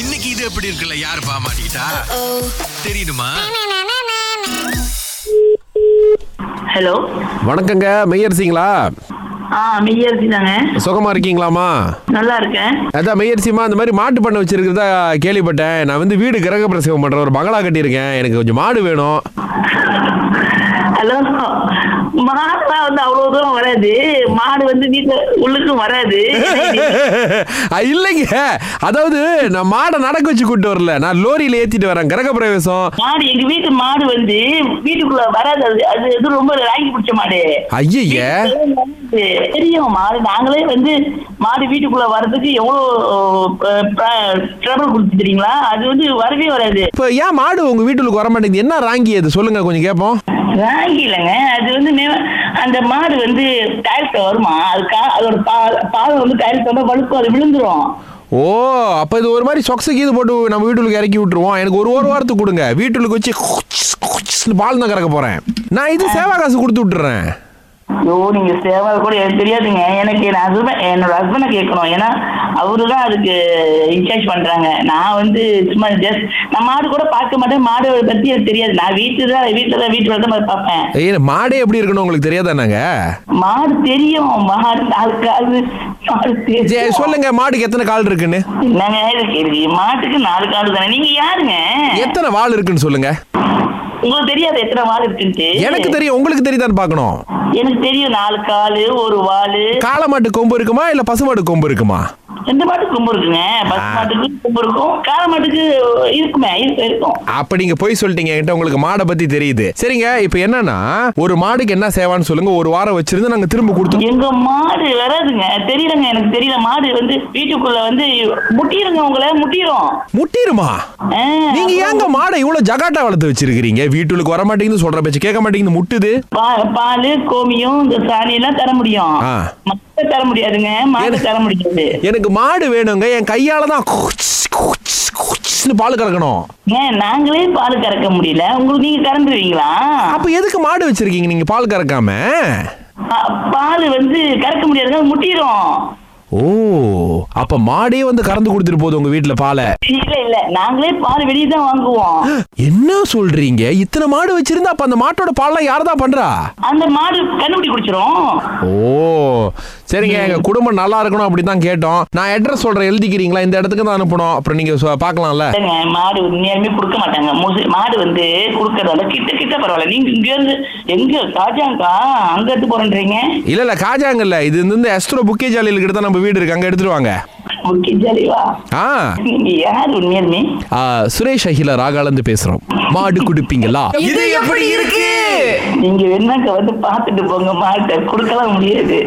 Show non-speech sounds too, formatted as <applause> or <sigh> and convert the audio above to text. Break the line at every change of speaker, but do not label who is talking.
இன்னைக்கு இது எப்படி இருக்குல்ல யாரு பாமாட்டா தெரியுமா
ஹலோ
வணக்கங்க மெய்யரசிங்களா
ஆ மெய்யரசி தாங்க
சுகமா இருக்கீங்களாமா
நல்லா இருக்கேன்
அதான் மெய்யரசிமா இந்த மாதிரி மாட்டு பண்ணை வச்சிருக்கிறதா கேள்விப்பட்டேன் நான் வந்து வீடு கிரக பிரசவம் பண்ற ஒரு பங்களா கட்டியிருக்கேன் எனக்கு கொஞ்சம் மாடு வேணும் <laughs>
ஹலோ மாடுலாம் வந்து அவ்வளோ தூரம் வராது மாடு வந்து வீட்டில் உள்ளுக்கும் வராது
அஹ், இல்லைங்க அதாவது நான் மாடை நடக்க வச்சு கூட்டு வரல நான் லோரியில ஏத்திட்டு வரேன் கிரக பிரவேசம்
மாடு எங்க வீட்டு மாடு வந்து வீட்டுக்குள்ள வராது அது அது எதுவும் ரொம்ப ராங்கி பிடிச்ச மாடு
ஐயய்ய
அது தெரியும் மாடு நாங்களே வந்து மாடு வீட்டுக்குள்ள வர்றதுக்கு எவ்வளோ ட்ரபிள் கொடுத்து தெரியுங்களா அது வந்து வரவே வராது
இப்ப ஏன் மாடு உங்க வீட்டுக்கு வர மாட்டேங்குது என்ன ராங்கி அது சொல்லுங்க கொஞ்சம் கேட்போம்
ராங்கி இல்லைங்க அது வந்து மே- அந்த மாடு வந்து டயல்ட்ட வருமா அது கா- அதோட பால் பால் வந்து டயல்ட்ட வந்தா வழுக்கும் அது விழுந்துரும்
ஓ அப்ப இது ஒரு மாதிரி சொக்ஸு கீது போட்டு நம்ம வீட்டுக்கு இறக்கி விட்டுருவோம் எனக்கு ஒரு ஒரு வாரத்துக்கு கொடுங்க வீட்டுக்கு வச்சு குச்ஸ், குச்ஸ்னு பால் தான் கறக்க போறேன் நான் இது சேவா காசு கொடுத்து விட்டுறேன்
ஐயோ நீங்க சேவை கூட எனக்கு தெரியாதுங்க எனக்கு நான் husband- என்னோட ஹஸ்பண்டை கேட்கணும் ஏன்னா அவரு தான் அதுக்கு இன்சார்ஜ் பண்றாங்க நான் வந்து சும்மா ஜஸ்ட் நான் மாடு கூட பார்க்க மாட்டேன் மாடு பத்தி எனக்கு தெரியாது நான் வீட்டு தான் வீட்டில் தான் வீட்டு வளர்த்து மாதிரி பார்ப்பேன்
ஏய் மாடே எப்படி இருக்கணும் உங்களுக்கு தெரியாதானாங்க
மாடு தெரியும் மாடு அதுக்கு அது மாடு
சரி,
தெரியும்
சொல்லுங்க மாடுக்கு எத்தனை கால் இருக்குன்னு
என்னங்க இது கேள்வி மாட்டுக்கு நாலு காடு தானே நீங்க யாருங்க
எத்தனை வால் இருக்குன்னு சொல்லுங்க
உங்களுக்கு தெரியாது எத்தனை வால் இருக்குன்ட்டு
எனக்கு தெரியும் உங்களுக்கு தெரியுதான்னு பார்க்கணும்
எனக்கு தெரியும் நாலு காலு ஒரு வாலு
காளை மாட்டு கொம்பு இருக்குமா இல்ல பசுமாட்டு கொம்பு இருக்குமா
எந்த மாட்டுக்கு கொம்பு இருக்குங்க பஸ் மாட்டுக்கு கொம்பு இருக்கும் காளை மாட்டுக்கு இருக்குமே இருக்கு இருக்கும்
அப்ப நீங்க போய் சொல்லிட்டீங்க என்கிட்ட உங்களுக்கு மாடை பத்தி தெரியுது சரிங்க இப்போ என்னன்னா ஒரு மாடுக்கு என்ன சேவான்னு சொல்லுங்க ஒரு வாரம் வச்சிருந்து நாங்க திரும்ப கொடுத்து
எங்க மாடு வராதுங்க தெரியலங்க எனக்கு தெரியல மாடு வந்து வீட்டுக்குள்ள வந்து முட்டிருங்க உங்களை முட்டிரும்
முட்டிருமா
ஆ,
நீங்க ஏங்க மாடை இவ்வளவு ஜகாட்டா வளர்த்து வச்சிருக்கீங்க வீட்டுக்கு வர மாட்டேங்குது சொல்ற பேச்சு கேட்க மாட்டேங்குது முட்டுது
பா- பாலு கோமியம் இந்த சாணி எல்லாம் தர முடியும்
ஆ.
மத்த தர முடியாதுங்க மாடு
எனக்கு-
தர முடியாது
எனக்கு மாடு வேணுங்க என் கையால தான் குச், குச், குச்னு பால் கறக்கணும்
ஏன் நாங்களே பால் கறக்க முடியல உங்களுக்கு நீங்க கறந்துருவீங்களா
அப்ப எதுக்கு மாடு வச்சிருக்கீங்க நீங்க பால் கறக்காம
பா- பால் வந்து கறக்க முடியாதுங்க அது முட்டிரும்
ஓ அப்ப மாடே வந்து கறந்து கொடுத்துட்டு போகுது உங்க வீட்டுல பாலை
இல்ல இல்ல நாங்களே பால் வெளியே தான் வாங்குவோம்
என்ன சொல்றீங்க இத்தனை மாடு வச்சிருந்தா அப்ப அந்த மாட்டோட பால்லாம் யார்தான் பண்றா
அந்த மாடு கண்டுபிடி குடிச்சிரும்
ஓ சரிங்க எங்க குடும்பம் நல்லா இருக்கணும் அப்படி தான் கேட்டோம் நான் அட்ரஸ் சொல்றேன் எழுதிக்கிறீங்களா இந்த இடத்துக்கு தான் அனுப்பணும் அப்புறம் நீங்க சொ- பார்க்கலாம்ல
இல்லைங்க, மாடு உண்மையாலுமே கொடுக்க மாட்டாங்க முசு- மாடு வந்து கொடுக்கறதால கிட்ட கிட்ட பரவாயில்ல நீங்க இங்க இருந்து எங்க காஜாங்கா அங்க எடுத்து போறேன்றீங்க
இல்ல இல்ல காஜாங்கல்ல இது வந்து எஸ்ட்ரோ புக்கே ஜாலியில் கிட்ட தான் நம்ம வீடு இருக்கு அங்க எடுத்துட்டு வாங்க
முக்கிய ஜாலிவா
ஆ
நீங்க யாரு உண்மையாலுமே
ஆ, சுரேஷ் அகில ராகாலந்து பேசுறோம் மாடு குடுப்பீங்களா
இது எப்படி இருக்கு
நீங்க வேணாக்க வந்து பாத்துட்டு போங்க மாட்டை கொடுக்கலாம் முடியாது